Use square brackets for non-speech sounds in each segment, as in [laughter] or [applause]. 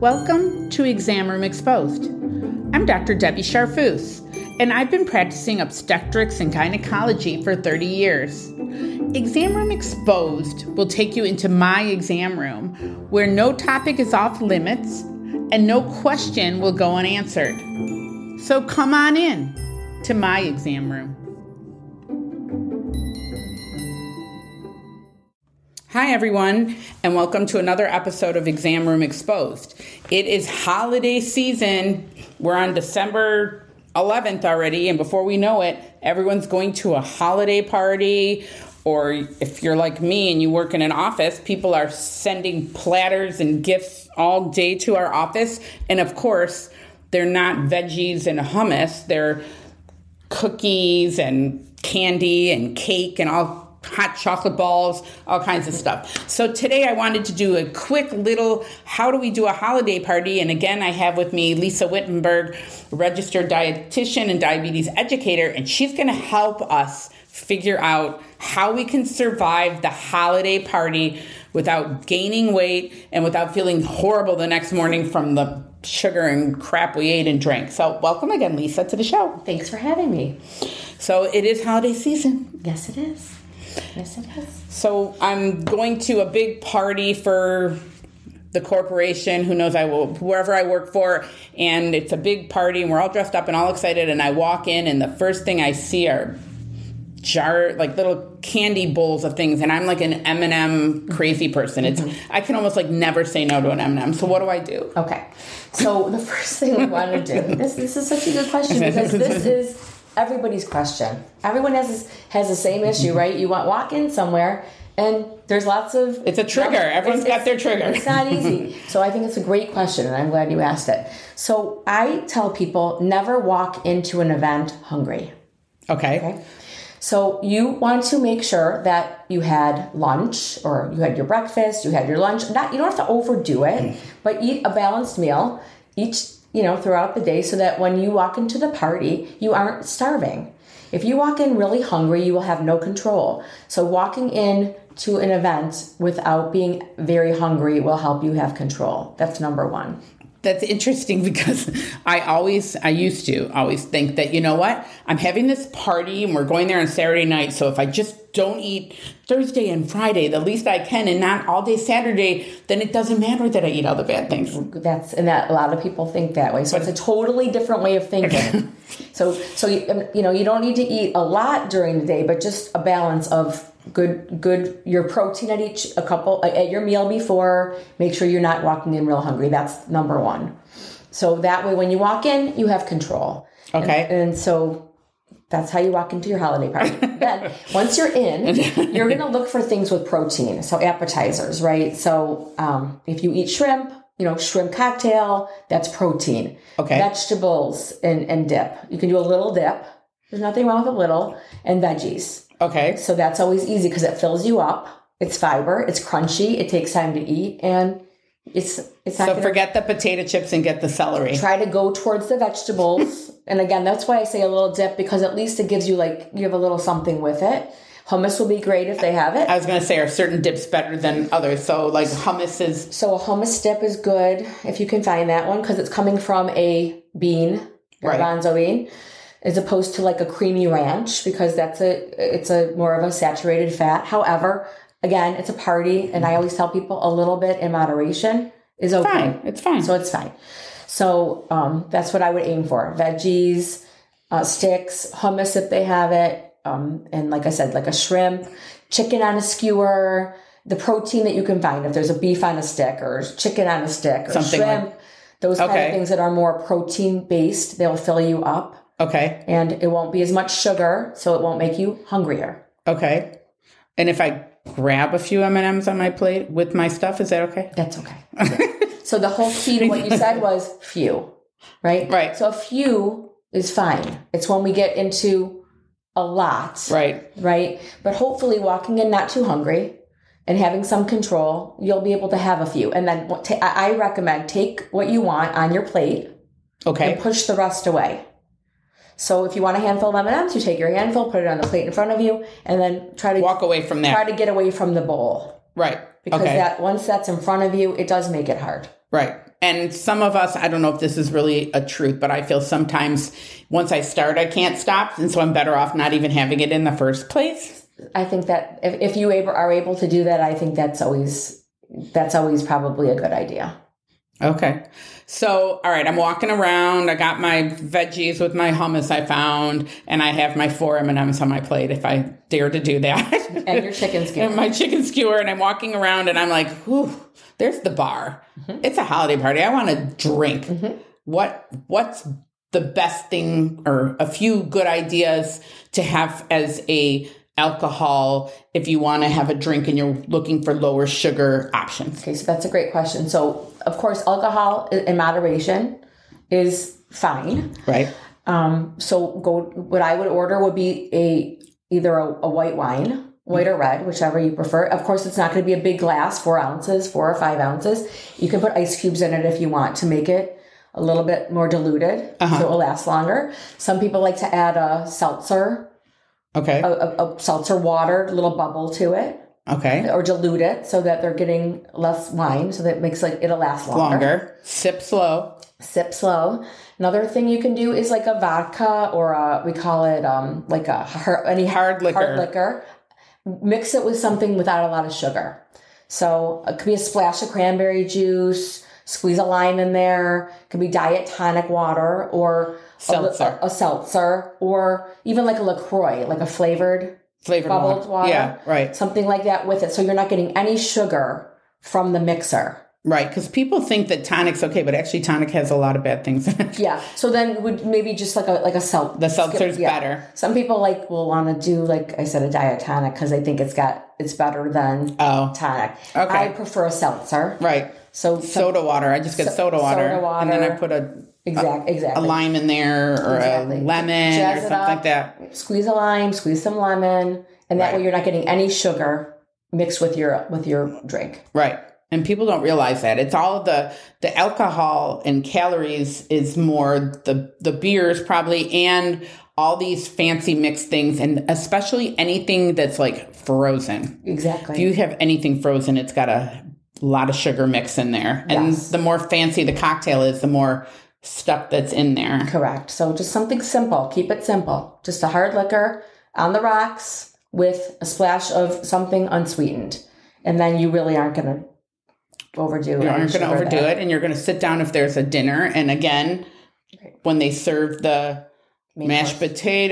Welcome to Exam Room Exposed. I'm Dr. Debbie Charfus, and I've been practicing obstetrics and gynecology for 30 years. Exam Room Exposed will take you into my exam room where no topic is off limits and no question will go unanswered. So come on in to my exam room. Hi, everyone, and welcome to another episode of Exam Room Exposed. It is holiday season. We're on December 11th already, and before we know it, everyone's going to a holiday party. Or if you're like me and you work in an office, people are sending platters and gifts all day to our office. And of course, they're not veggies and hummus, they're cookies and candy and cake and all hot chocolate balls, all kinds of stuff. So today I wanted to do a quick little how do we do a holiday party? And again, I have with me Lisa Wittenberg, registered dietitian and diabetes educator, and she's going to help us figure out how we can survive the holiday party without gaining weight and without feeling horrible the next morning from the sugar and crap we ate and drank. So, welcome again, Lisa, to the show. Thanks for having me. So, it is holiday season. Yes, it is. Yes, it is. So I'm going to a big party for the corporation. Who knows? I will wherever I work for, and it's a big party, and we're all dressed up and all excited. And I walk in, and the first thing I see are jar like little candy bowls of things and i'm like an m&m crazy person it's i can almost like never say no to an m&m so what do i do Okay. So [laughs] the first thing we want to do this this is such a good question because [laughs] this is everybody's question. Everyone has this, has the same issue, right? You want walk in somewhere and there's lots of It's a trigger. Everyone's got their trigger. It's [laughs] not easy. so I think it's a great question and I'm glad you asked it. So I tell people never walk into an event hungry. okay, Okay. So you want to make sure that you had lunch or you had your breakfast, you had your lunch. Not you don't have to overdo it, but eat a balanced meal each, you know, throughout the day so that when you walk into the party, you aren't starving. If you walk in really hungry, you will have no control. So walking in to an event without being very hungry will help you have control. That's number 1. that's interesting [laughs] because I always, I used to always think that, you know what, I'm having this party and we're going there on Saturday night. So if I just don't eat Thursday and Friday, the least I can, and not all day Saturday, then it doesn't matter that I eat all the bad things. that's and that a lot of people think that way so it's a totally different way of thinking so so you, um, you know you don't need to eat a lot during the day but just a balance of good good your protein at each a couple uh, at your meal before make sure you're not walking in real hungry that's number one so that way when you walk in you have control Okay. and, and so that's how you walk into your holiday [laughs] party. then, once you're in, you're going to look for things with protein. So, appetizers, right? So, um, if you eat shrimp, you know, shrimp cocktail, that's protein. Okay. Vegetables and, and dip. You can do a little dip. There's nothing wrong with a little. And veggies. Okay. So, that's always easy because it fills you up. It's fiber, it's crunchy, it takes time to eat, and it's it's not So gonna- forget the potato chips and get the celery. try to go towards [laughs] the vegetables. and again, that's why I say a little dip because at least it gives you like you have a little something with it. Hummus will be great if they have it. I was going to say, are certain dips better than others? So, like hummus is So a hummus dip is good if you can find that one because it's coming from a bean, Right. garbanzo bean, as opposed to like a creamy ranch because that's a it's a more of a saturated fat. However, again, it's a party, and I always tell people a little bit in moderation is okay. fine. It's fine. so it's fine. So um, that's what I would aim for: veggies, uh, sticks, hummus if they have it, um, and like I said, like a shrimp, chicken on a skewer, the protein that you can find. If there's a beef on a stick or chicken on a stick or Something like- shrimp, those kind Okay. of things that are more protein based, they'll fill you up, okay. and it won't be as much sugar, so it won't make you hungrier. Okay. And if I grab a few M and M's on my plate with my stuff, is that okay? That's okay. [laughs] so the whole key to [laughs] what you said was few, right? Right. So a few is fine. It's when we get into a lot, Right. right? But hopefully, walking in not too hungry and having some control, you'll be able to have a few. And then what ta- I I recommend take what you want on your plate and Okay. push the rest away. So if you want a handful of M&Ms, you take your handful, put it on the plate in front of you, and then try to Walk away from try that. to get away from the bowl Right. because Okay. that once that's in front of you, it does make it hard. Right. And some of us, I don't know if this is really a truth, but I feel sometimes once I start, I can't stop. And so I'm better off not even having it in the first place. I think that if, if you ab- are able to do that, I think that's always that's always probably a good idea. Okay. So, all right, I'm walking around. I got my veggies with my hummus I found, and I have my four M&Ms on my plate if I dare to do that. [laughs] And your chicken skin. and my chicken skewer and I'm walking around and I'm like, whew, there's the bar. Mm-hmm. It's a holiday party. I want to drink. What what's the best thing or a few good ideas to have as a alcohol if you want to have a drink and you're looking for lower sugar options? Okay, so that's a great question. So, of course, alcohol i- in moderation is fine. Right? Um, so, go. What I would order would be a either a, a white wine, white or red, whichever you prefer. Of course, it's not going to be a big glass, four ounces, four or five ounces. You can put ice cubes in it if you want to make it a little bit more diluted, so it will last longer. Some people like to add a seltzer, Okay. a, a, a seltzer water, little bubble to it. Okay. Or dilute it so that they're getting less wine, so that it makes like it'll last Longer. Sip slow. sip slow. Another thing you can do is like a vodka or a we call it um like a har- any Hard liquor. hard liquor. Mix it with something without a lot of sugar. So it could be a splash of cranberry juice, squeeze a lime in there. It could be diet tonic water or a li- Seltzer. a, seltzer, or even like a Lacroix, like a flavored Flavored bubbled water. Yeah, right. something like that with it. So you're not getting any sugar from the mixer. Right. Because people think that tonic's okay, but actually tonic has a lot of bad things [laughs] in it. Yeah. So then would maybe just like a like a seltzer. The seltzer's better. Some people like will want to do like I said a diet tonic because they think it's got it's better than Oh. tonic. Okay. I prefer a seltzer. Right. So, Soda water. I just get So- soda, water, soda water. And then I put a, exactly a exactly. lime in there or Exactly. a lemon Jazz or it something up. like that. Squeeze a lime, squeeze some lemon, and that Right. way you're not getting any sugar mixed with your with your drink. Right. And people don't realize that. It's all the the alcohol and calories is more the the beers probably and all these fancy mixed things and especially anything that's like frozen. Exactly. If you have anything frozen, it's got a lot of sugar mix in there. And Yes. the more fancy the cocktail is, the more stuff that's in there. Correct. So just something simple. Keep it simple. Just a hard liquor on the rocks with a splash of something unsweetened. And then you really aren't going to overdo You aren't going to overdo it. And you're going to sit down if there's a dinner. And again, when they serve the mashed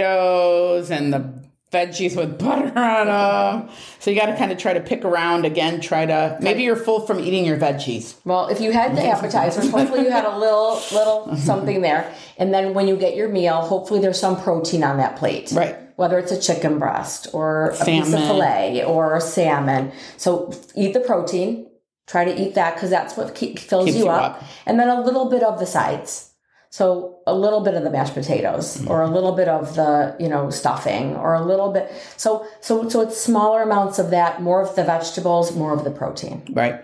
potatoes and the veggies with butter on them. So you got to kind of try to pick around again, try to maybe you're full from eating your veggies. Well, if you had the appetizers, hopefully you had a little little something there. And then when you get your meal, hopefully there's some protein on that plate. Right. Whether it's a chicken breast or a piece of Salmon. filet or salmon. So eat the protein. Try to eat that because that's what keep, fills Keeps you, you up. up. And then a little bit of the sides. So a little bit of the mashed potatoes Mm-hmm. or a little bit of the, you know, stuffing or a little bit. So so so it's smaller amounts of that, more of the vegetables, more of the protein Right.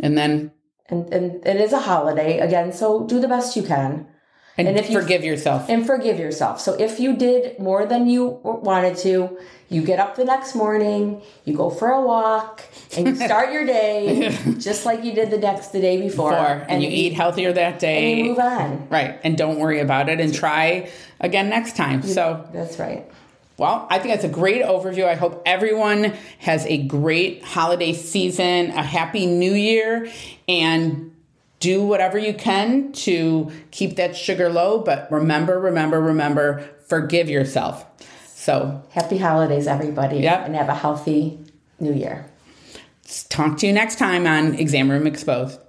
And then and and it is a holiday again so do the best you can and, And if you- forgive yourself. and forgive yourself so if you did more than you wanted to you get up the next morning you go for a walk and you start your [laughs] day just like you did the next the day before, Or, and, you eat healthier that day. and you move on Right. And don't worry about it and try again next time. So, that's right well, I think that's a great overview. I hope everyone has a great holiday season, a happy new year, and do whatever you can to keep that sugar low. But remember, remember, remember, forgive yourself. So, happy holidays everybody Yep. and have a healthy new year talk to you next time on Exam Room Exposed.